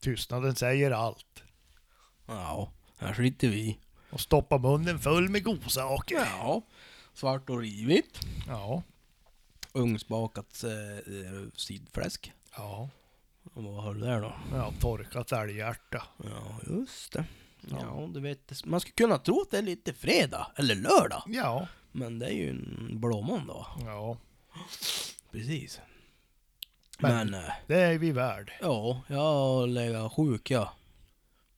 Tystnaden säger allt. Ja, här sitter vi. Och stoppa munnen full med godsaker. Ja, svart och rivigt. Ja. Ugnsbakat eh, eh, sidfläsk. Ja. Och vad har du där då? ja torkat älghjärta. Ja, just det. Ja. Ja. du vet. Man skulle kunna tro att det är lite fredag, eller lördag. Ja. Men det är ju en blåmåndag. Ja. Precis. Men, Men- eh, Det är vi värd. ja, jag har legat sjuk jag.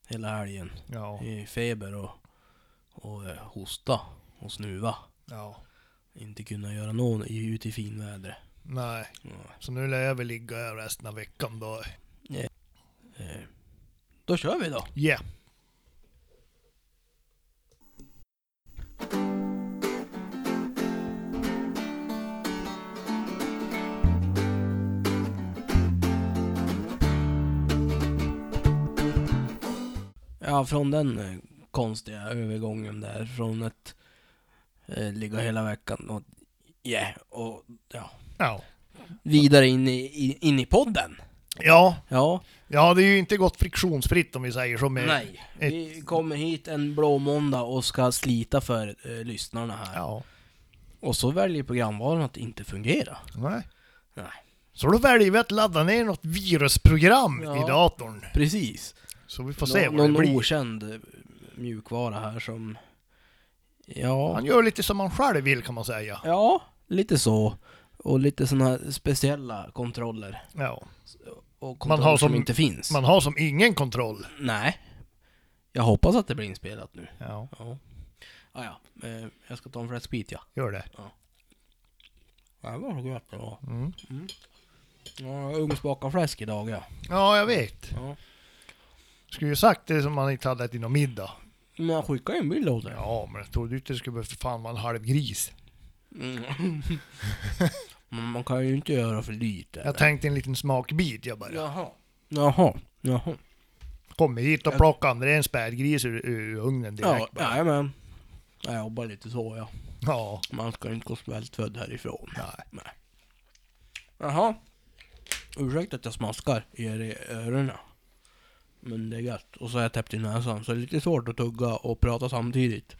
Hela helgen. Ja. I feber och, och eh, hosta och snuva. Ja. Inte kunna göra något i- ute i finvädret. Nej. Ja. Så nu lär jag väl ligga här resten av veckan då. Eh, Då kör vi då. Ja. Yeah. Ja, från den eh, konstiga övergången där. Från att eh, ligga hela veckan och, yeah, och ja, Ja. vidare in i, i, in i podden. Ja. Ja, Ja, det är ju inte gått friktionsfritt om vi säger så med... nej. Vi kommer hit en blå måndag och ska slita för eh, lyssnarna här. Ja. Och så väljer programvaran att inte fungera. Nej. Nej. Så då väljer vi att ladda ner något virusprogram Ja. i datorn. Precis. Så vi får se Nå- vad det någon blir. okänd eh, mjukvara här som... Ja. Han gör lite som han själv vill kan man säga. Ja, lite så. Och lite sådana här speciella kontroller. Ja. Och kontroller har som, som- inte finns. Man har som ingen kontroll. Nej. Jag hoppas att det blir inspelat nu. Ja, Ja. Ah, ja. Eh, jag ska ta en fläskbit ja. gör det. Ja, det var gott det var. Mm. Ja, ugnsbakad fläsk idag ja. Ja, jag vet. ja. Skulle ju sagt det som man inte hade ätit någon middag. Men jag skickade ju en bild åt dig. Ja, men jag trodde inte det skulle behöva för fan vara en halv gris. Mm. Men man kan ju inte göra för lite. Jag tänkte en liten smakbit jag bara. Jaha. Jaha. Jaha. Kom hit och Jag- plocka André en spädgris ur, ur ugnen Ja, direkt. bara. jajamän. Jag jobbar lite så ja. ja. Man ska ju inte gå svältfödd härifrån. Nej. Jaha. Ursäkta att jag smaskar er i öronen. Men det är gött. Och så har jag täppt i näsan, så det är lite svårt att tugga och prata samtidigt.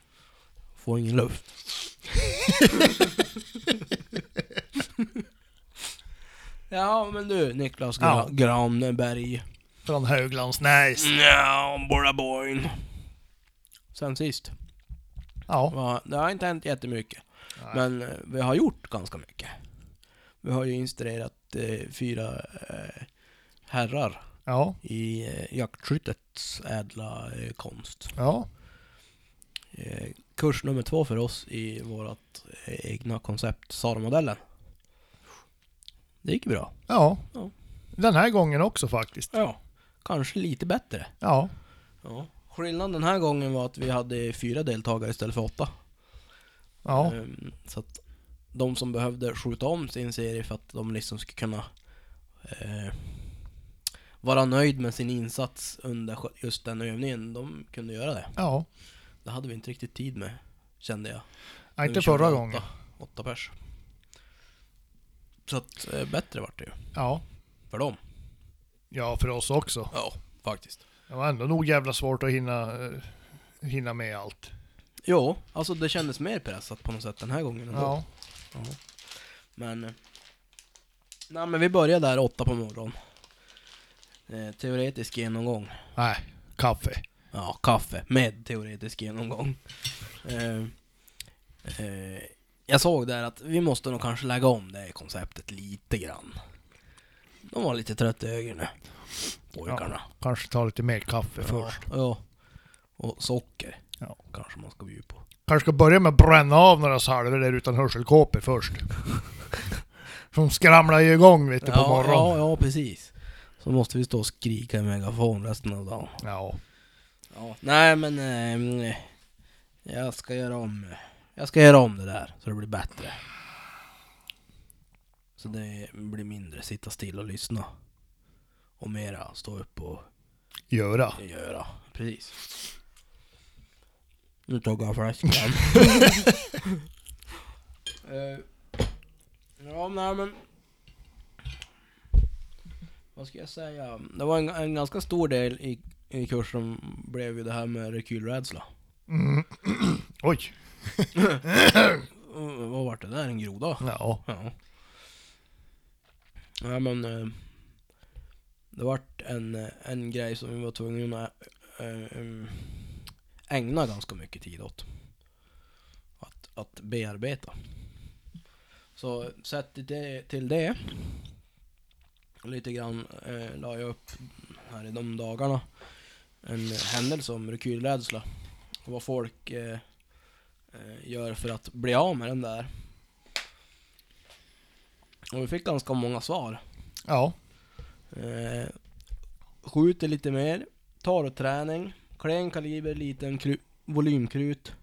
Får ingen luft. ja, men du Niklas Gra- Ja. Granberg. Från Höglandsnäs. Mm. Ja, Boraborn. Sen sist. Ja. Ja, det har inte hänt jättemycket. Nej. Men eh, vi har gjort ganska mycket. Vi har ju instruerat eh, fyra eh, herrar Ja. i eh, jaktskyttets ädla eh, konst. Ja. Eh, kurs nummer två för oss i vårt eh, egna koncept, SAR-modellen. Det gick ju bra. Ja. Ja. Den här gången också faktiskt. Ja. Kanske lite bättre. Ja. Ja. Skillnaden den här gången var att vi hade fyra deltagare istället för åtta. Ja. Ehm, Så att de som behövde skjuta om sin serie för att de liksom skulle kunna eh, vara nöjd med sin insats under sj- just den övningen, de kunde göra det. Ja. Det hade vi inte riktigt tid med, kände jag. Nej, När inte vi körde förra åtta- gången. Åtta pers. Så att eh, bättre vart det ju, Ja. för dem. Ja, för oss också. Ja, faktiskt. Det var ändå nog jävla svårt att hinna, eh, hinna med allt. Jo, alltså det kändes mer pressat på något sätt den här gången ändå. Ja. Men... eh, Nej men vi börjar där åtta på morgonen. Eh, teoretisk genomgång. Nej, kaffe. Ja, kaffe med teoretisk genomgång. Eh, eh, jag såg där att vi måste nog kanske lägga om det här konceptet lite grann. De var lite trötta i ögonen. Pojkarna. Kanske ta lite mer kaffe Ja, först. ja. Och socker. Ja. Kanske man ska bjuda på. Kanske ska börja med att bränna av några salvor där utan hörselkåpor först. Som skramlar ju igång vet du, på ja, morgonen. ja, ja, precis. Så måste vi stå och skrika i megafon resten av dagen. Ja. Ja. Nej men... Eh, jag ska göra om... Jag ska göra om det där så det blir bättre. Så det blir mindre sitta still och lyssna. Och mera stå upp och Göra. göra. Precis. Nu tog jag flaskan. Eh, ja, nej men... Vad vad ska jag säga? Det var en, en ganska stor del i, i kursen blev ju det här med rekylrädsla. Mm. Oj! Och Vad vart det där? En groda? Ja. Ja. Nej men... eh, Det vart en, eh, en grej som vi var tvungna att eh, em, ägna ganska mycket tid åt. Att, att bearbeta. Så sett till det, till det lite grann eh, la jag upp här i de dagarna en händelse om rekylrädsla. Och vad folk eh, eh, gör för att bli av med den där. Och vi fick ganska många svar. Ja. Eh, skjuter lite mer, tar och träning, klen kaliber, liten kru- volymkrut.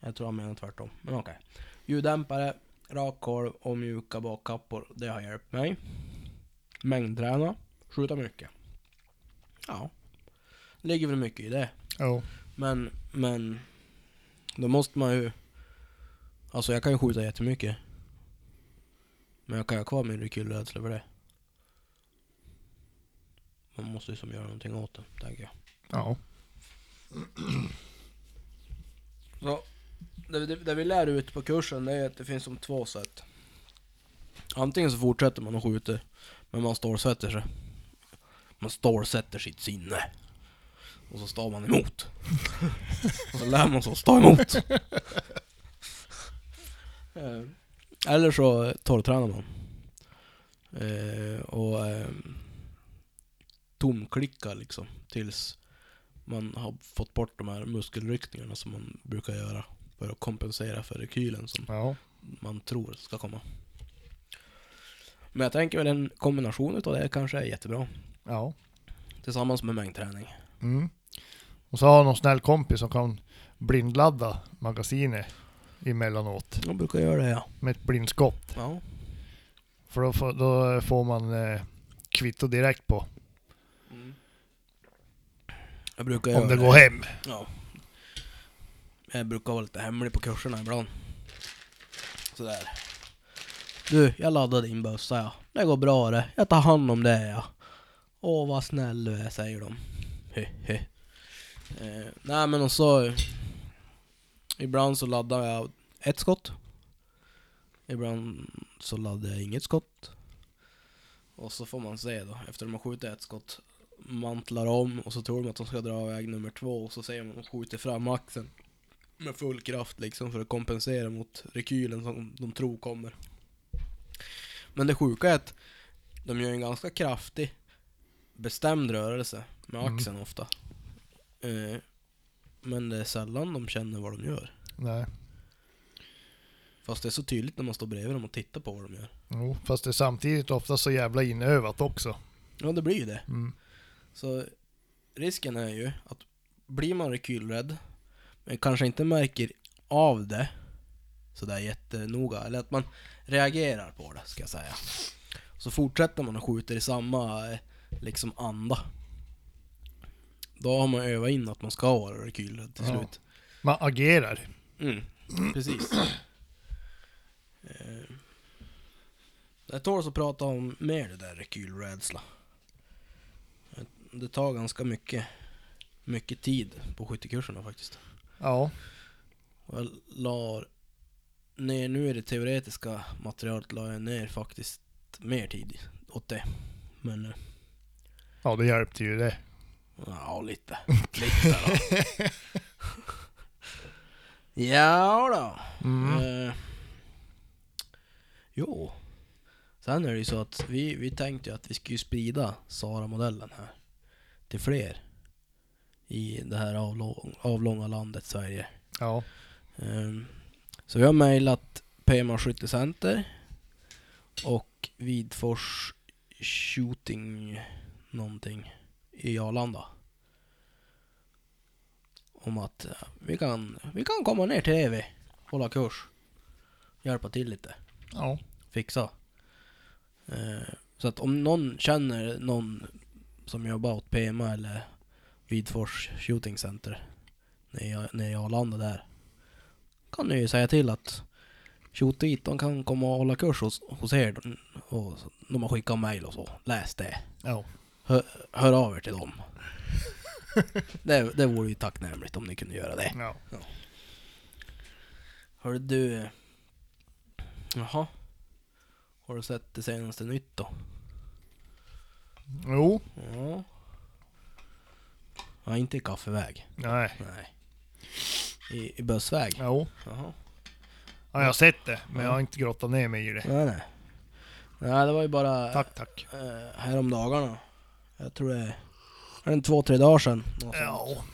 Jag tror han menar tvärtom, men okej. Ljuddämpare, rak kolv och mjuka bakkappor, det har hjälpt mig. Mängdträna, skjuta mycket. Ja. Ligger väl mycket i det. Ja. Men, men... Då måste man ju... Alltså jag kan ju skjuta jättemycket. Men jag kan ju ha kvar min rekylrädsla för det. Man måste ju som göra någonting åt det, tänker jag. Ja. Så, det, det, det vi lär ut på kursen det är att det finns som två sätt. Antingen så fortsätter man och skjuter, men man stålsätter sig. Man stålsätter sitt sinne. Och så står man emot. och så lär man sig att stå emot. Eh, Eller så torrtränar man. Eh, och eh, tomklickar liksom tills man har fått bort de här muskelryckningarna som man brukar göra för att kompensera för rekylen som Ja. man tror ska komma. Men jag tänker väl en kombination utav det kanske är jättebra. Ja. Tillsammans med mängdträning. Mm. Och så har jag någon snäll kompis som kan blindladda magasinet emellanåt Jag brukar göra det ja. med ett blindskott. Ja. För då får, då får man eh, kvitto direkt på Mm. Jag brukar om göra det går hem. Ja. Jag brukar vara lite hemlig på kurserna ibland. Sådär. Du, jag laddade din bössa ja. Det går bra det. Jag tar hand om det ja. Åh vad snäll du är, säger de. Hehe. Eh, nej men och så... eh, Ibland så laddar jag ett skott. Ibland så laddar jag inget skott. Och så får man se då, efter de har skjutit ett skott mantlar om och så tror de att de ska dra iväg nummer två och så säger man att de skjuter fram axeln med full kraft liksom för att kompensera mot rekylen som de tror kommer. Men det sjuka är att de gör en ganska kraftig bestämd rörelse med Mm. axeln ofta. Eh, men det är sällan de känner vad de gör. Nej. Fast det är så tydligt när man står bredvid dem och tittar på vad de gör. Jo, fast det är samtidigt ofta så jävla inövat också. Ja, det blir ju det. Mm. Så risken är ju att blir man rekylrädd, men kanske inte märker av det sådär jättenoga, eller att man reagerar på det, ska jag säga. Så fortsätter man och skjuter i samma eh, liksom anda. Då har man övat in att man ska vara rekylrädd till Ja. slut. Man agerar. Mm, precis. Eh, Det tål att prata om mer det där rekylrädsla. Det tar ganska mycket, mycket tid på skyttekurserna faktiskt. Ja. Och jag la ner, nu är det teoretiska materialet la jag ner faktiskt mer tid åt det. Men eh, Ja, det hjälpte ju det. Ja, lite. Lite då. ja då. Mm. Eh, jo. Sen är det ju så att vi, vi tänkte ju att vi skulle sprida Sara-modellen här till fler i det här avlång, avlånga landet Sverige. Ja. Ehm, Så vi har mejlat PMA Skyttecenter och Vidfors Shooting någonting i Arlanda. Om att eh, vi kan, vi kan komma ner till EV, hålla kurs, hjälpa till lite, Ja. fixa. Eh, Så att om någon känner någon som jobbar åt PMA eller Vidfors Shooting Center nere i- nere i Arlanda där kan ni ju säga till att Tjotit, de kan komma och hålla kurs hos, hos er Och så, de har skickat mejl och så. Läs det. Ja. Hör av er till dem. det, det vore ju tacknämligt om ni kunde göra det. ja. Hör du... eh, Jaha? Har du sett det senaste nytt då? Jo. Ja. Ja, inte i kaffeväg. Nej. Nej. I, i bussväg? Jo. Jaha. Ja, jag har sett det, men jag har inte grottat ner mig i det. Nej, nej. Nej, det var ju bara... Tack, tack. eh, häromdagarna. Jag tror det är är det en två, tre dagar sedan. något sånt, Ja.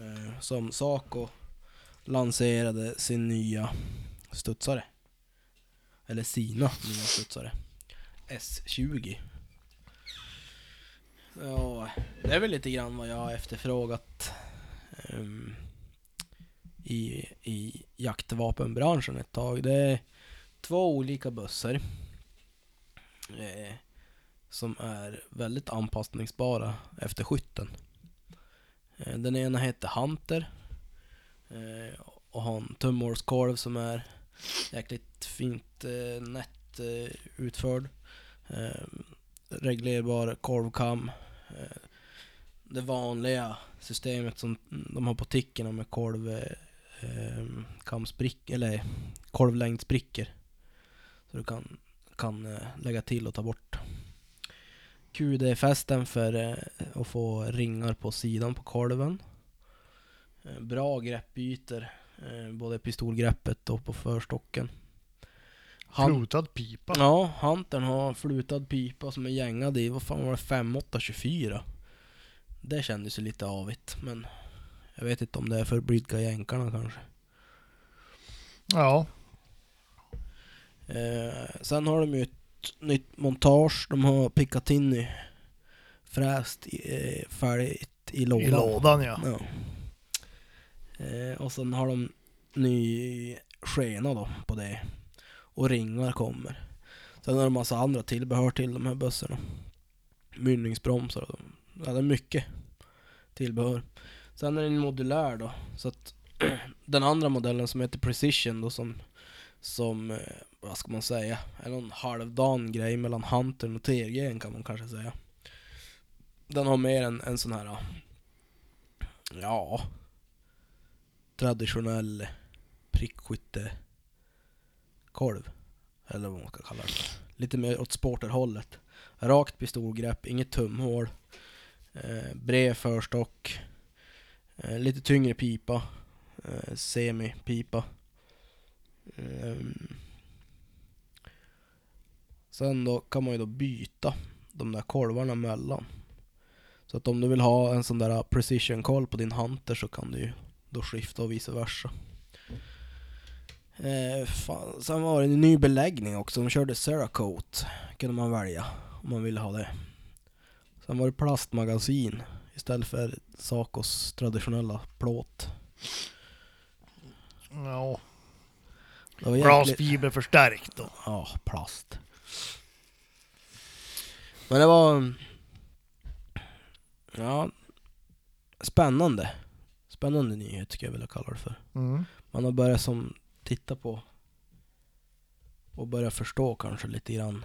eh, Som Saco lanserade sin nya studsare. Eller sina nya studsare. S20. Ja, det är väl lite grann vad jag har efterfrågat ehm, i, i jaktvapenbranschen ett tag. Det är två olika bussar eh, som är väldigt anpassningsbara efter skytten. Eh, den ena heter Hunter eh, och har en tummhålskolv som är jäkligt fint eh, nätt eh, utförd. Eh, reglerbar kolvkam. Eh, det vanliga systemet som de har på tickorna med kolv eh, ehm, kamsprick, eller kolvlängdsbrickor. Så du kan kan eh, lägga till och ta bort. QD-fästen för eh, att få ringar på sidan på kolven. Eh, Bra greppytor, eh, både pistolgreppet och på förstocken. Han, Plotad pipa. ja, Huntern har flutad pipa som är gängad i, vad fan var det, 5824? Det kändes ju lite avigt, men jag vet inte om det är för blidka jänkarna kanske. Ja. Eh, sen har de ju ett nytt montage. De har Picatinny fräst i, eh, färdigt i lådan. I lådan ja. Ja. Eh, och sen har de ny skena då på det. Och ringar kommer. Sen har de massa andra tillbehör till de här bussarna. Mynningsbromsar och ja, det är mycket tillbehör. Sen är den modulär då. Så att den andra modellen som heter Precision då som, som eh, vad ska man säga, är någon halvdan grej mellan Huntern och TRG kan man kanske säga. Den har mer en, en sån här ja, Ja. Traditionell prickskyttekolv. Eller vad man ska kalla det. Lite mer åt sporterhållet. Rakt pistolgrepp, inget tumhål. Eh, bred förstock. Eh, lite tyngre pipa. Eh, semi-pipa. Ehm. Sen då kan man ju då byta de där kolvarna mellan. Så att om du vill ha en sån där precision call på din hunter så kan du ju då skifta och vice versa. Eh, fan. Sen var det en ny beläggning också, de körde Cerakote. Kunde man välja om man ville ha det. Sen var det plastmagasin istället för Sacos traditionella plåt. ja. Det var jäkligt- Glasfiberförstärkt då. Ja, plast. Men det var... Ja, spännande. Spännande nyhet skulle jag vilja kalla det för. Mm. Man har börjat som titta på och börja förstå kanske lite grann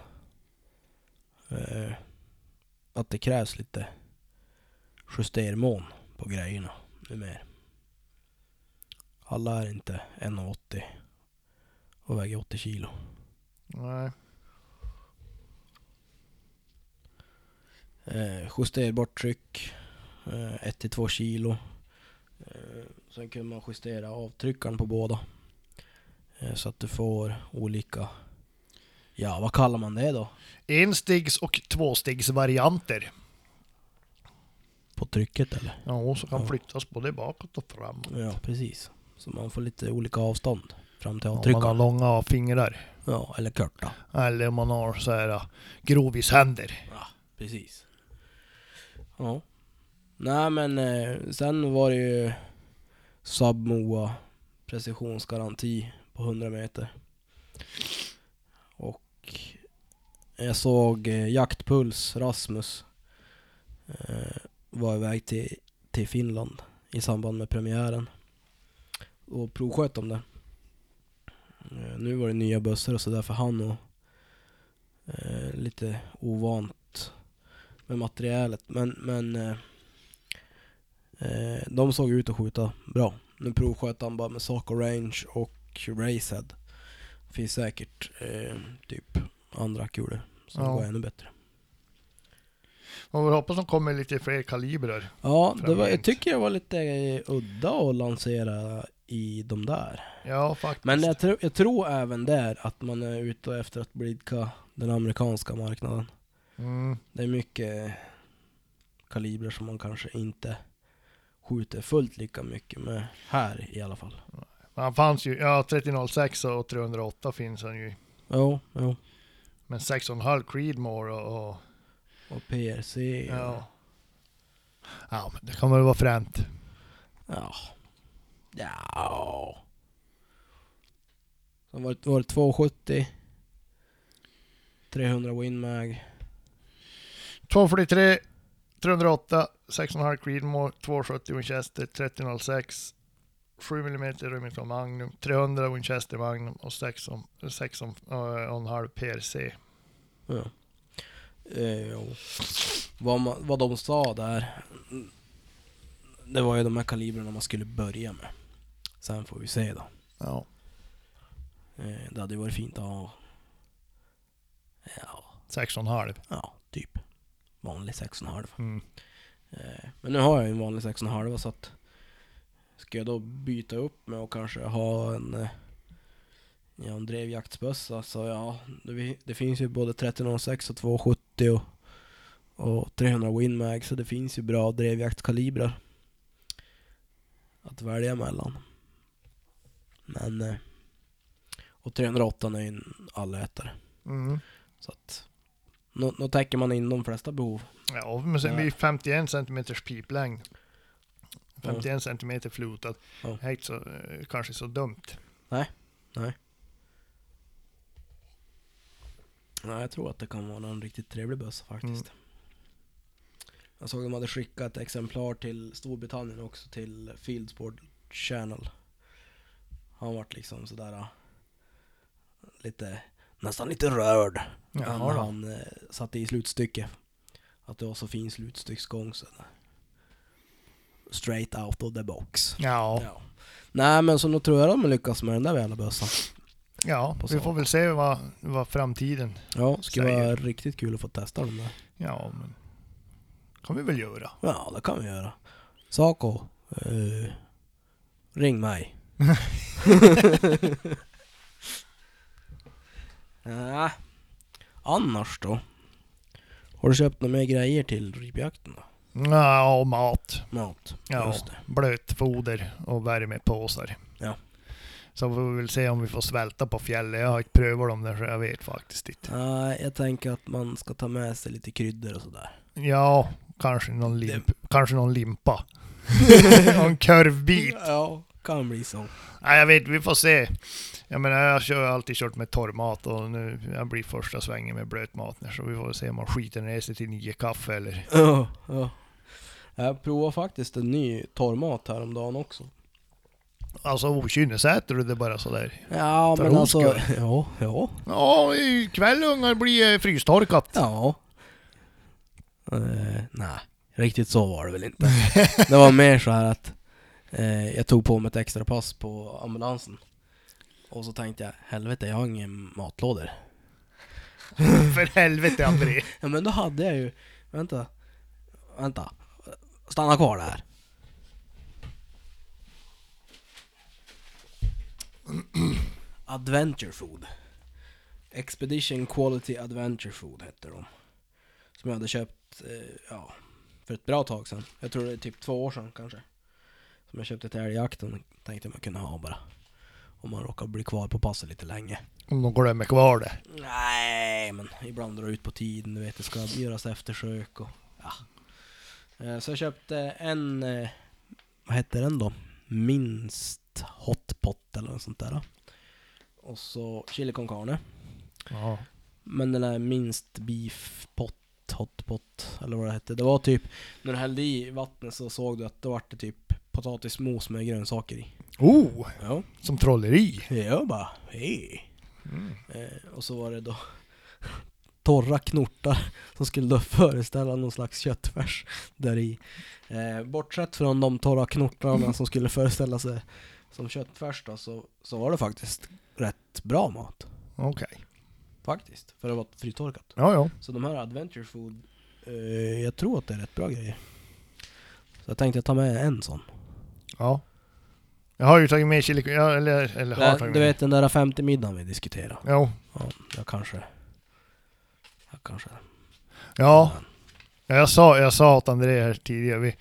eh, att det krävs lite justermån på grejerna numera. Alla är inte 1,80 och väger 80 kilo. Nej. Eh, justerbart tryck, eh, 1-2 kilo. Eh, sen kunde man justera avtryckaren på båda. Eh, så att du får olika, ja vad kallar man det då? Enstegs och tvåstegsvarianter. På trycket eller? Ja, och så kan Ja. flyttas både bakåt och framåt. Ja precis. Så man får lite olika avstånd fram till Om man har avtryckaren. långa fingrar. Ja, eller korta. Eller om man har så här äh, grovishänder. Precis. Ja. Nej men eh, sen var det ju Submoa precisionsgaranti på 100 meter. Och jag såg eh, Jaktpuls Rasmus eh, var iväg till, till Finland i samband med premiären. Och provsköt om det. Eh, nu var det nya bussar och sådär för han och Eh, lite ovant med materialet. Men, men eh, eh, de såg ut att skjuta bra. Nu provsköt han bara med Saco Range och Racehead. Finns säkert eh, typ andra kulor som Ja. går ännu bättre. Man får hoppas de kommer lite fler kalibrer. Ja, det var, jag Framgent. tycker det var lite eh, udda att lansera i de där. Ja, faktiskt. Men jag, tror- jag tror även där att man är ute efter att blidka den amerikanska marknaden. Mm. Det är mycket kalibrer som man kanske inte skjuter fullt lika mycket med här i alla fall. Men Han fanns ju, ja 3006 och 308 finns han ju. Jo, jo. Men 6,5 Creedmoor och... och Och PRC. ja. ja, men det kan väl vara fränt. Ja. Ja. Sen var det, var det 270. 300 Winmag. 243, 308, 6,5 Creedmoor, 270 Winchester, 3006, 7 mm Remington Magnum, 300 Winchester Magnum och äh, 6,5 PRC. Ja. Eh, jo. vad, man, vad de sa där. Det var ju de här kalibrerna man skulle börja med. Sen får vi se då. Ja. Eh, Det hade ju varit fint att ha... Ja, 6,5. ja typ. Vanlig 6,5. Mm. Eh, Men nu har jag ju en vanlig 6,5 så att... Ska jag då byta upp med och kanske ha en... eh, Ja, en drevjaktsbössa så ja, det, vi- det finns ju både 1306 och 270 och, och 300 Winmag så det finns ju bra drevjaktkalibrar att välja mellan. Men... eh, Och 308 är ju en allätare. Mm. Så att, nu, nu täcker man in de flesta behov. Ja, men sen Ja. blir det 51 cm piplängd. 51 cm flotad. Ja. Det är inte så, eh, kanske så dumt. Ja, jag tror att det kan vara en riktigt trevlig bössa faktiskt. Mm. Jag såg att de hade skickat ett exemplar till Storbritannien också, till Fieldsport Channel. Han vart liksom sådär äh, lite, nästan lite rörd. Jaha när då. han eh, satte i slutstycket. Att det var så fin slutstycksgång. Så där. Straight out of the box. Ja, Ja. Nej men så nog tror jag de lyckas med den där jävla bössan. ja På vi så. får väl se vad, vad framtiden... Ja, det skulle Säger. vara riktigt kul att få testa dem där. Ja, men... kan vi väl göra. Ja, det kan vi göra. Saco, eh, ring mig. Nej. Annars då? Har du köpt några mer grejer till ripjakten då? Ja, och mat. Mat? Ja. Just det. Blötfoder och värmepåsar. Ja. Så får vi väl se om vi får svälta på fjället. Jag har inte prövat dem där så jag vet faktiskt inte. Nej, jag tänker att man ska ta med sig lite kryddor och sådär. Ja, kanske någon, limp, kanske någon limpa. och en kurvbit. Ja, kan bli så. Nej, jag vet, vi får se. Jag menar, jag kör- har alltid kört med torrmat och nu jag blir första svängen med blötmat nu, så vi får se om man skiter ner sig till nio kaffe eller... Ja, ja. Jag provade faktiskt en ny torrmat häromdagen också. Alltså okynnesäter du det bara sådär? Ja, För men ros alltså... skull. Ja, ja. Ja, ikväll ungar blir det frystorkat. Ja. Eh, nej, riktigt så var det väl inte. det var mer så här att eh, jag tog på mig ett extra pass på ambulansen. Och så tänkte jag, helvete jag har ingen matlådor. För helvete André. Ja men då hade jag ju, vänta, vänta, stanna kvar där. Adventure Food. Expedition Quality Adventure Food hette de. Som jag hade köpt, eh, ja, för ett bra tag sedan. Jag tror det är typ två år sedan kanske. Som jag köpte till älgjakten, tänkte man kunde ha bara. Om man råkar bli kvar på passet lite länge. Om de glömmer kvar det. Nej, men ibland drar ut på tiden, du vet, det ska göras eftersök och ja. Eh, Så jag köpte en, eh, vad hette den då? Minst hotpot eller något sånt där. då. Och så chili con carne. Ja. Men den där minst beef pot, hotpot eller vad det hette. Det var typ, när du hällde i vattnet så såg du att det var det typ potatismos med grönsaker i. Oh, Ja. som trolleri. Jag bara, hej. Eh, och så var det då torra knortar som skulle då föreställa någon slags köttfärs där i. Eh, bortsett från de torra knortarna som skulle föreställa sig som köttfärs då, så, så var det faktiskt rätt bra mat. Okej. Faktiskt. För det var fritorkat. Ja, ja. Så de här Adventure Food, eh, jag tror att det är rätt bra grejer. Så jag tänkte ta med en sån. ja. Jag har ju tagit med chili... Ja, eller, eller har Där, tagit du med. vet den där 50 middagen vi diskuterade? Jo. Ja, jag kanske... Jag kanske... Ja. Ja, Jag sa, jag sa åt André här tidigare, vi,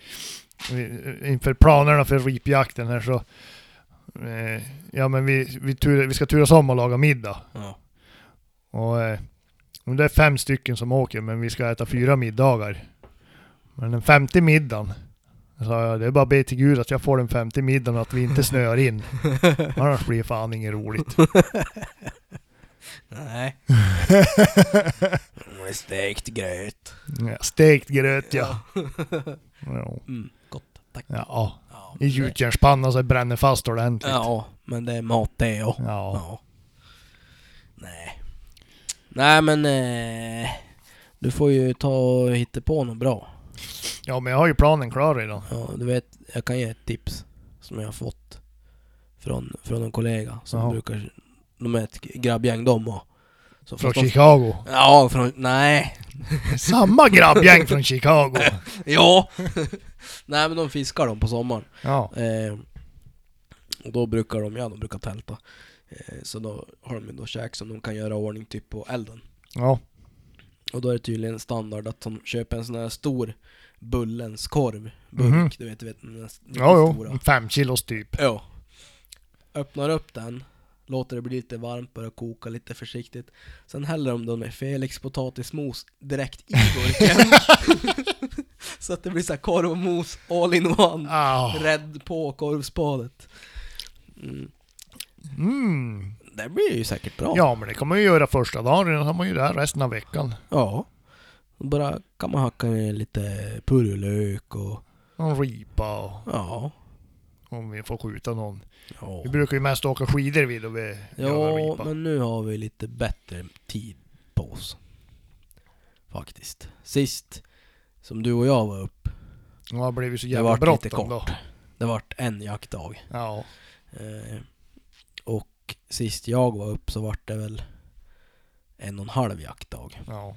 vi, inför planerna för ripjakten här så... Eh, ja men vi, vi, tur, vi ska turas om och laga middag. Ja. Och, eh, det är fem stycken som åker men vi ska äta fyra middagar. Men den femte middagen, då sa jag, det är bara att be till gud att jag får den femte middagen och att vi inte snöar in. Annars blir det fan inget roligt. Nej. Med Stekt gröt. Ja, Stekt gröt ja. Ja, Mm, gott, tack. ja. Ja, I men det- gjutjärnspanna så det bränner fast ordentligt. Ja, men det är mat det och. ja. Ja. Nej. Nej men... Eh, du får ju ta och hitta på något bra. Ja, men jag har ju planen klar redan. Ja, du vet, jag kan ge ett tips som jag har fått från, från en kollega som Jaha. brukar... De är ett grabbgäng de och... Så Från fast de, Chicago. Ja, från... Nej. Samma grabbgäng från Chicago. Ja. nej men de fiskar de på sommaren. Ja, Eh, och då brukar de, ja de brukar tälta. Eh, så då har de ju då käk som de kan göra i ordning typ på elden. ja, Och då är det tydligen standard att de köper en sån här stor Bullens korv, burk, Mhm. du vet, du vet den där s- riktigt ja, jo. stora. Fem kilos typ. Ja. Öppnar upp den, låter det bli lite varmt, börjar koka lite försiktigt. Sen häller de då med Felix potatismos direkt i burken. så att det blir så här korv och mos all in one. Ah. Rädd på korvspadet. Mm. Mm. Det blir ju säkert bra. Ja, men det kan man ju göra första dagen. Redan har man ju där resten av veckan. ja. Bara kan man hacka ner lite purjolök och Någon ripa och ja. om vi får skjuta någon. Ja, Vi brukar ju mest åka skidor vid och vi gör ja ripa. men nu har vi lite bättre tid på oss. Faktiskt. Sist som du och jag var upp, Ja, det blev ju så det jävla vart lite bråttom kort. då. Det vart en jaktdag. Ja, Eh, och sist jag var upp så vart det väl en och en halv jaktdag. ja.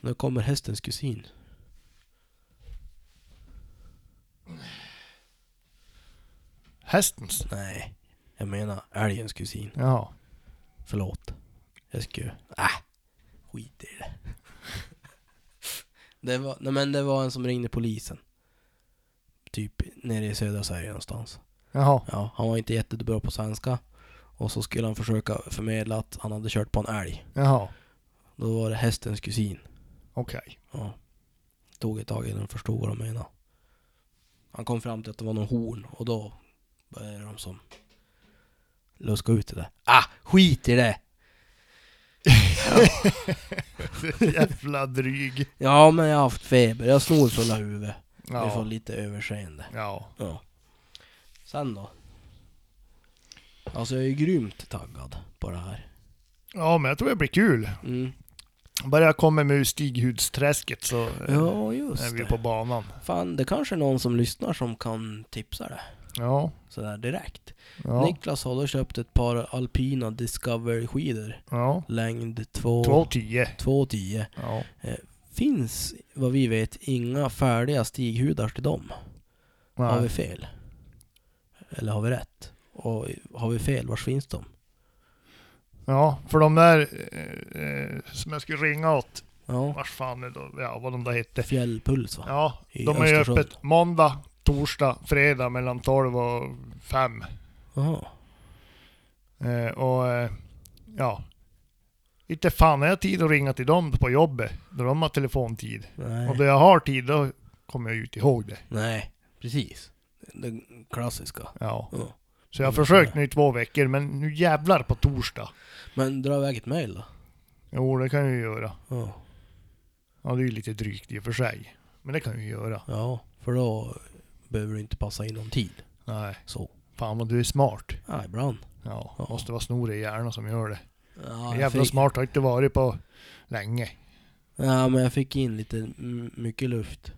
Nu kommer hästens kusin. Hästens. Nej, jag menar älgens kusin. Ja. Förlåt. Jag skulle... Äh. Skit i det. det var, nej men det var en som ringde polisen. Typ nere i södra Sverige någonstans. Jaha. Ja, han var inte jättebra på svenska. Och så skulle han försöka förmedla att han hade kört på en älg. Jaha. Då var det hästens kusin. Okej. Ja. Tog ett tag innan de förstod vad de menade. Han kom fram till att det var någon horn och då började de som luska ut det där. Ah, skit i det! jävla dryg. Ja, men jag har haft feber. Jag snor fulla huvudet. Vi får Ja. lite överseende. Ja. Ja. Sen då? Alltså jag är ju grymt taggad på det här. Ja, men jag tror det blir kul. Mm. Bara jag kommer med ur stighudsträsket så eh, är Ja, just vi det. på banan. Fan, det kanske är någon som lyssnar som kan tipsa det. Ja, Sådär direkt. ja, Niklas har då köpt ett par alpina Discovery-skidor. ja. Längd 2... 2,10. 2,10. Ja. Finns, vad vi vet, inga färdiga stighudar till dem. Har vi Nej. fel? Eller har vi rätt? Och har vi fel, var finns de? ja, för de där eh, eh, som jag skulle ringa åt, Ja, vars fan är då, ja, vad de där hette. Fjällpuls va? Ja, I de är ju Östersund. öppet måndag, torsdag, fredag mellan 12 och 5. Jaha. Eh, och eh, ja, inte fan har jag tid att ringa till dem på jobbet, då de har telefontid. Och Nej. då jag har tid, då kommer jag ut ihåg det. Nej, precis. Den klassiska. Ja. Ja. Så jag har Mm. försökt nu i två veckor, men nu jävlar på torsdag. Men dra iväg ett mejl då. Jo, det kan jag ju göra. Ja. Ja, det är ju lite drygt i och för sig. Men det kan jag ju göra. ja, för då behöver du inte passa in någon tid. Nej, Så. fan vad du är smart. Ja, ibland. Ja, Ja. måste vara snor i hjärnan som gör det. Ja, Jävla fri- smart har jag inte varit på länge. Ja, men jag fick in lite m- mycket luft.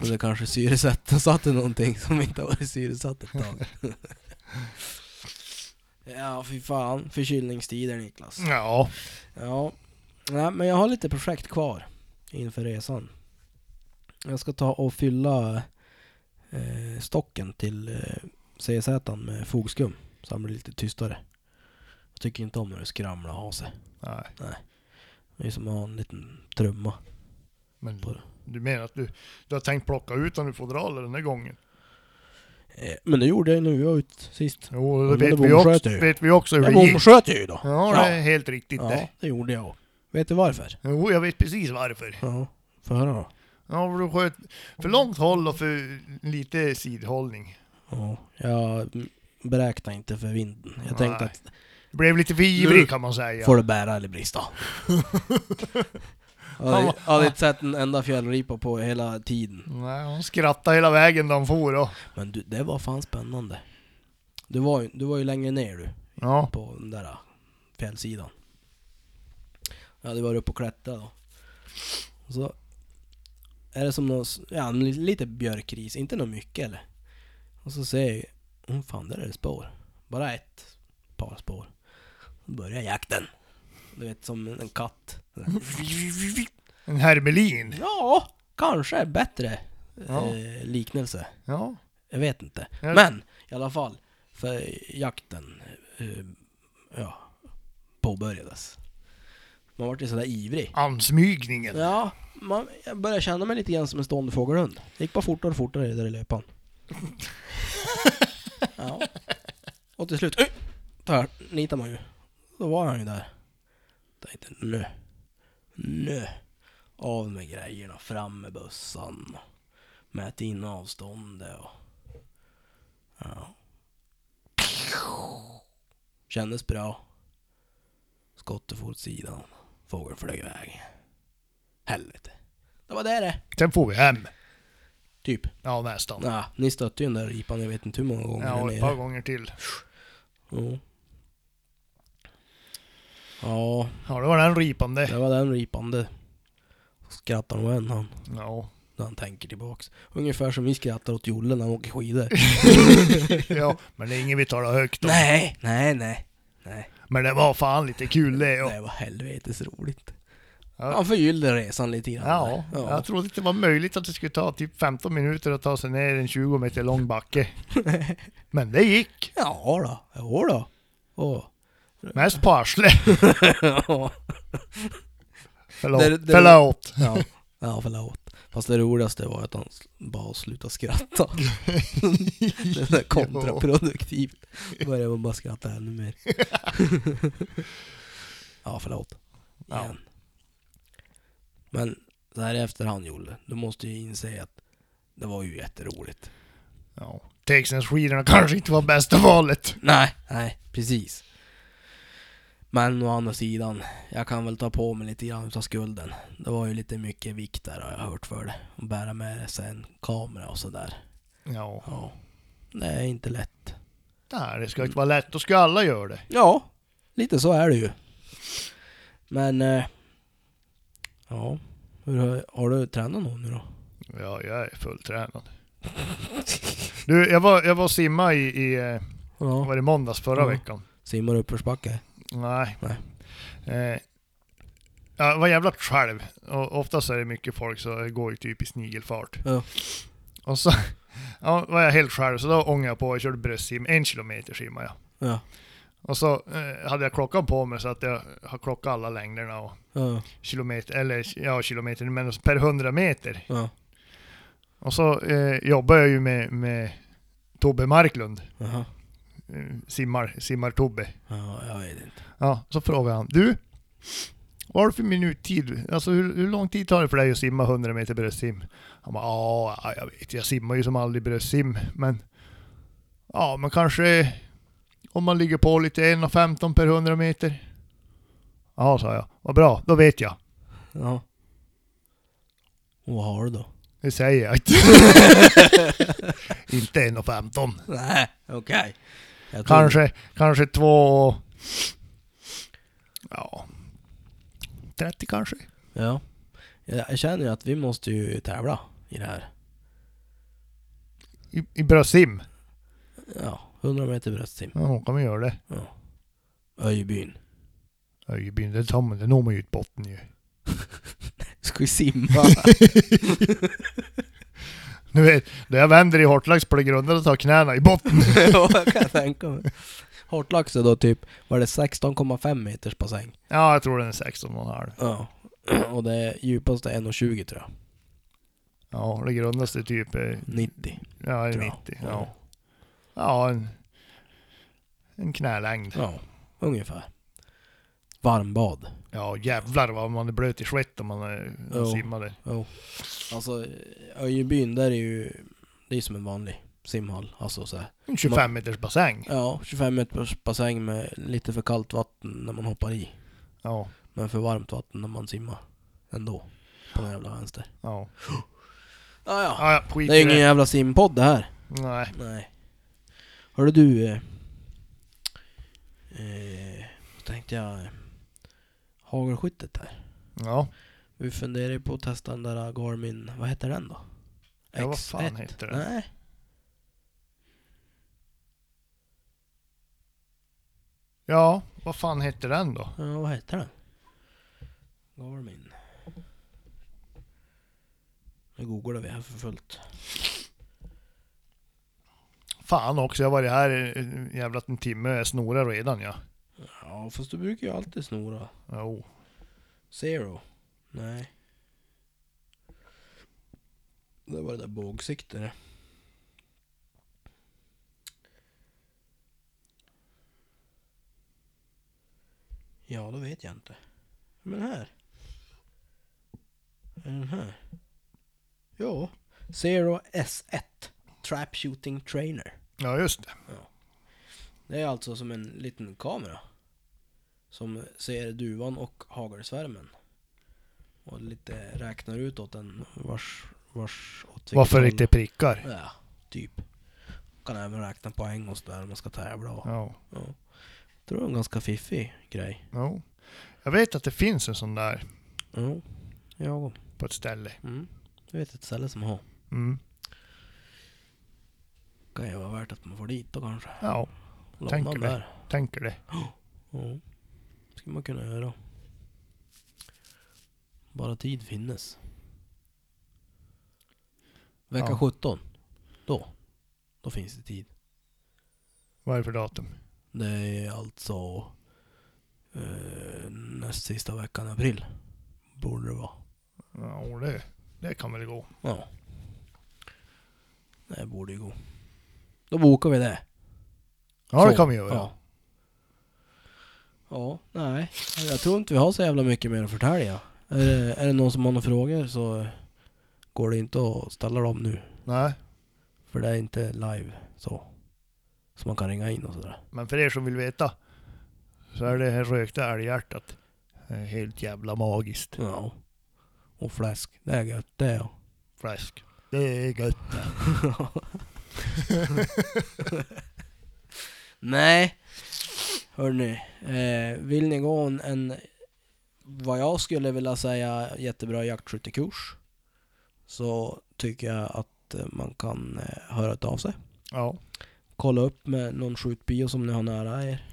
Och det kanske syresatte satte någonting som inte har varit syresatt ett tag. ja, fy fan. Förkylningstider Niklas. Ja, Ja. Nej, men jag har lite projekt kvar inför resan. Jag ska ta och fylla eh, stocken till eh, CZ med fogskum så han blir lite tystare. Jag tycker inte om när det skramlar och har sig. nej. Det är som att ha en liten trumma. Men På det. du menar att du, du har tänkt plocka ut den ur fodralet den här gången? Eh, Men det gjorde jag nu jag var ut sist. Jo, det men vet det vi, bomsköt också, ju. vet vi också hur Jag det gick. bomsköt ju då. Ja, det är helt riktigt ja, det. det gjorde jag. Vet du varför? Jo, jag vet precis varför. Ja, får höra då. Ja, för du sköt för långt håll och för lite sidhållning. Ja, jag mm, beräknade inte för vinden. Jag tänkte Nej. att Du blev lite för Nu- ivrig kan man säga. Får det bära eller brista? jag hade- jag hade inte sett en enda fjällripa på hela tiden. Nej, hon skrattade hela vägen där hon for. Och, Men du, det var fan spännande. Du var, ju- du var ju längre ner du, ja. på den där ah, fjällsidan. Jag hade varit uppe och klättrat då. Och så är det som någon, s- ja en li- lite björkris, inte något mycket eller? Och så ser jag, oh, fan där är det spår. Bara ett par spår. Då börjar jakten. Du vet som en katt. En hermelin. Ja, kanske bättre Ja. eh, liknelse. Ja. Jag vet inte. Ja. Men i alla fall, för jakten eh, ja, påbörjades. Man vart ju sådär ivrig. Ansmygningen. Ja, man, jag började känna mig lite grann som en stående fågelhund. Det gick bara fortare och fortare i det där i löpan. ja. Och till slut, oj, där nitar man ju. Då var han ju där. Tänkte nu, nu. Av med grejerna, fram med bössan. Mät in avståndet och... Ja. Kändes bra. Skottet for åt sidan. Fågeln flög iväg. Helvete. Det var det det. Sen får vi hem. Typ. Ja, nästan. Ja, ni stötte ju den där ripan jag vet inte hur många gånger Ja, där ett nere. par gånger till. Ja. ja, Ja, det var den ripan det. det var den ripan det. Skrattar nog än han Ja. när han tänker tillbaks. Ungefär som vi skrattar åt Jolle när han åker skidor. ja. Men det är inget vi talar högt om. nej, nej, nej. Nej, Men det var fan lite kul det. Och, det var helvetes roligt. Ja. Han förgyllde resan lite grann. ja, där. jag trodde inte det var möjligt att det skulle ta typ 15 minuter att ta sig ner en 20 meter lång backe. Men det gick. ja då, jo då. Åh. Mest på arslet. ja. Förlåt. Det- det- Förlåt. Ja, ja, förlåt. Fast det roligaste var att han s- bara slutade skratta. det är så här kontraproduktivt. Börjar man bara skratta ännu mer. ja, förlåt. Ja. Igen. Men så här i efterhand Jolle, du måste ju inse att det var ju jätteroligt. Ja. Tegsnässkidorna kanske inte var bästa valet. Nej, nej, precis. Men å andra sidan, jag kan väl ta på mig lite grann utav skulden. Det var ju lite mycket vikt där har jag hört för det. Och bära med sig en kamera och sådär. Ja. Ja. Det är inte lätt. Nej, det ska inte vara lätt. Då ska alla göra det. Ja, lite så är det ju. Men... Eh, ja. Hur har, har du tränat någon nu då? Ja, jag är fulltränad. Du, jag var, jag var och simma i, i eh, Ja. var det måndags förra Ja. veckan? Simmar uppförsbacke? Nej. Nej. Eh, jag var jävla själv. Och oftast är det mycket folk så det går ju typ i snigelfart. Ja. Och så ja, var jag helt själv så då ångade jag på och körde bröstsim. En kilometer simmade jag. Ja. Och så eh, hade jag klockan på mig så att jag har klockat alla längderna och Ja. kilometer, eller ja kilometer, men per hundra meter. Ja. Och så eh, jobbar jag ju med, med Tobbe Marklund, Jaha. eh, simmar, simmar Tobbe. Ja, jag vet inte. Ja, så frågar han, du, vad har du för minuttid? Alltså hur, hur lång tid tar det för dig att simma 100 meter bröstsim? Han bara, "Ja, ja, jag vet, jag simmar ju som aldrig bröstsim, men ja, men kanske om man ligger på lite 1,15 per 100 meter. Ja, sa jag, vad bra, då vet jag. Ja. Och vad har du då? Det säger jag inte. inte 1,15. Mm. Nej, okej. Jag tror- Kanske, kanske två... Ja. 30 kanske. Ja. Jag känner ju att vi måste ju tävla i det här. I, i bröstsim. Ja, 100 meter bröstsim. Ja, då kan man göra det. Öjebyn. Öjebyn, det, tar man, det når man ju ut botten ju. Ska vi simma? Nu vet, när jag vänder i hårtlax på det grunda, då tar knäna i botten. ja, jag kan tänka mig. Hartlax är då typ, var det 16,5 meters bassäng? Ja, jag tror den är 16,5. Ja. Och det djupaste är 1,20 tror jag. Ja, det grundaste är typ eh, 90. ja, tror jag. 90. Ja, ja en, en knälängd. Ja, ungefär. Varmbad. Ja, jävlar vad man är blöt i svett om man eh, är, Jo. simmar där. Jo. Alltså, Öjebyn där är ju... Det är som en vanlig simhall. Alltså så här. En 25 meters bassäng. Ja, 25 meters bassäng med lite för kallt vatten när man hoppar i. Ja, Men för varmt vatten när man simmar. Ändå. På den jävla vänster. ja. Ah, ja. ja, ja skit Det är i ingen jävla simpodd det här. Nej. Nej. Hörru du... Eh, eh, vad tänkte jag... eh, Hagelskyttet där. Ja, Vi funderar ju på att testa den där Garmin... Vad heter den då? Ja, vad fan heter den? Nej. ja, vad fan heter den då? Ja, vad heter den? Garmin. Nu googlar vi här för fullt. Fan också, jag har varit här eh, eh, jävla en timme och jag snorar redan ja. Ja, fast du brukar ju alltid snora. Jo. Zero? Nej. Det var det där bågsiktet det. Ja, då vet jag inte. Men här. Är den här? Ja. Zero S1. Trap Shooting Trainer. Ja, just det. Det är alltså som en liten kamera. Som ser duvan och hagelsvärmen. Och lite räknar ut åt den vars... vars åt vilket Varför håll- inte prickar? Ja, typ. Kan även räkna poäng och sådär om man ska tävla och... Ja. Ja. Tror det är en ganska fiffig grej. Jo. Jag vet att det finns en sån där Ja. Ja. på ett ställe. Mm. Jag vet ett ställe som har. Mm. Kan ju vara värt att man får dit då kanske. Ja, Låna Tänker den det. där. tänker det. Ja, skulle man kunna göra. Bara tid finnes. Vecka Ja. 17. Då. Då finns det tid. Vad är det för datum? Det är alltså eh, näst sista veckan i april. Borde det vara. Ja, det, det kan väl gå. Ja. Det borde ju gå. Då bokar vi det. Ja, Så. det kan vi göra. Ja. Ja, nej. Jag tror inte vi har så jävla mycket mer att förtälja. Är det, är det någon som har några frågor så går det inte att ställa dem nu. Nej, För det är inte live så. Så man kan ringa in och sådär. men för er som vill veta så är det här rökta älghjärtat eh, helt jävla magiskt. Ja. Och fläsk, det är gött det ja. Fläsk. Det är gött. Nej. Hörni, eh, vill ni gå en, en vad jag skulle vilja säga jättebra jaktskyttekurs så tycker jag att eh, man kan eh, höra av sig. Ja, Kolla upp med någon skjutbio som ni har nära er.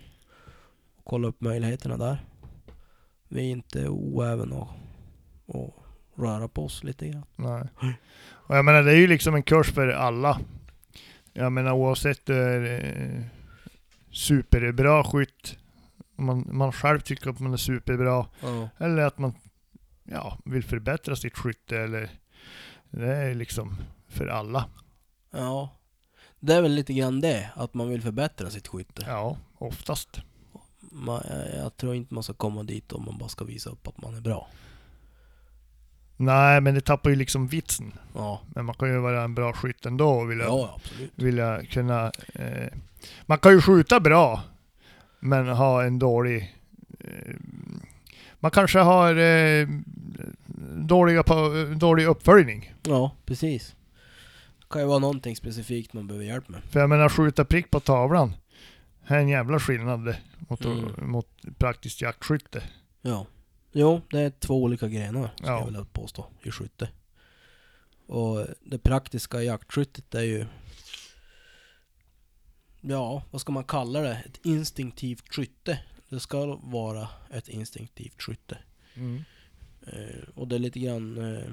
Kolla upp möjligheterna där. Vi är inte oäven och, och röra på oss lite grann. nej. Och jag menar, det är ju liksom en kurs för alla. Jag menar oavsett du är eh, superbra skytt, om man, man själv tycker att man är superbra, Ja. Eller att man ja, vill förbättra sitt skytte eller det är liksom för alla. ja. Det är väl lite grann det, att man vill förbättra sitt skytte. Ja, oftast. Man, jag- jag tror inte man ska komma dit om man bara ska visa upp att man är bra. Nej, men det tappar ju liksom vitsen. Ja, Men man kan ju vara en bra skytt ändå och vilja, ja absolut. vilja kunna... Eh, man kan ju skjuta bra, men ha en dålig... Eh, man kanske har eh, dåliga, pa- dålig uppföljning. Ja, precis. Det kan ju vara någonting specifikt man behöver hjälp med. För jag menar, skjuta prick på tavlan är en jävla skillnad mot, Mm. mot praktiskt jaktskytte. Ja, Jo, det är två olika grenar skulle Ja. jag vilja påstå i skytte. Och eh, det praktiska i jaktskyttet är ju... Ja, vad ska man kalla det? Ett instinktivt skytte. Det ska vara ett instinktivt skytte. Mm. Eh, och det är lite grann eh,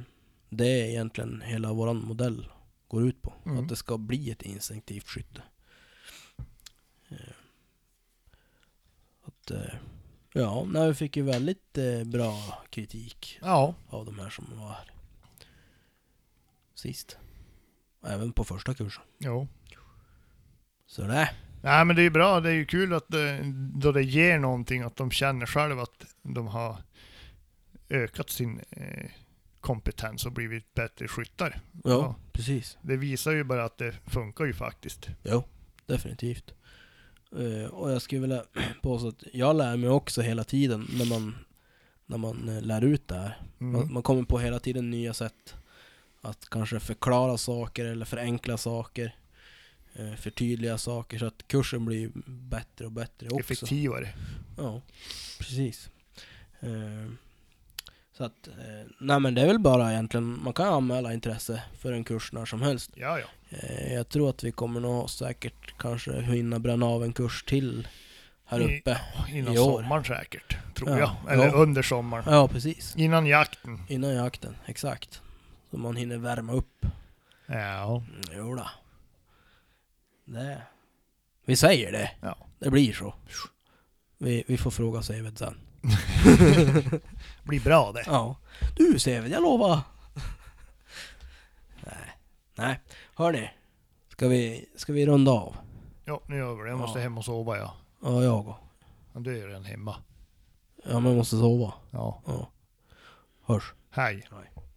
det är egentligen hela våran modell går ut på. Mm. Att det ska bli ett instinktivt skytte. Eh, att, eh, ja, nej, vi fick ju väldigt eh, bra kritik Ja, av de här som var här. Sist. Även på första kursen. jo. Så det. Nej men det är bra, det är ju kul att det, då det ger någonting att de känner själva att de har ökat sin eh, kompetens och blivit bättre skyttar. Ja, Ja. precis. Det visar ju bara att det funkar ju faktiskt. Jo, definitivt. Eh, och jag skulle vilja påstå att jag lär mig också hela tiden när man, när man eh, lär ut det här. Man, Mm. man kommer på hela tiden nya sätt att kanske förklara saker eller förenkla saker. eh, Förtydliga saker så att kursen blir bättre och bättre också. Effektivare. Ja, precis. Eh, Så att, eh, nej men det är väl bara egentligen, man kan anmäla intresse för en kurs när som helst. Ja, ja. Eh, Jag tror att vi kommer nog säkert kanske hinna bränna av en kurs till här I- uppe. Innan I år. sommaren säkert, tror Ja, jag. Eller ja. under sommaren. Ja, precis. Innan jakten. Innan jakten, exakt. Så man hinner värma upp. Ja. Mm, Jo då. Det. Vi säger det. Ja. Det blir så. Vi, vi får fråga Seved sen. Blir bra det. Ja. Du Seved, jag lovar! Nej. Nej. Hörni. Ska vi, ska vi runda av? Ja, nu gör vi det. Jag måste Ja. hem och sova ja. Ja, jag och. Ja, Du är ju redan hemma. Ja, men jag måste sova. Ja. Ja. Hörs. Hej. Hej.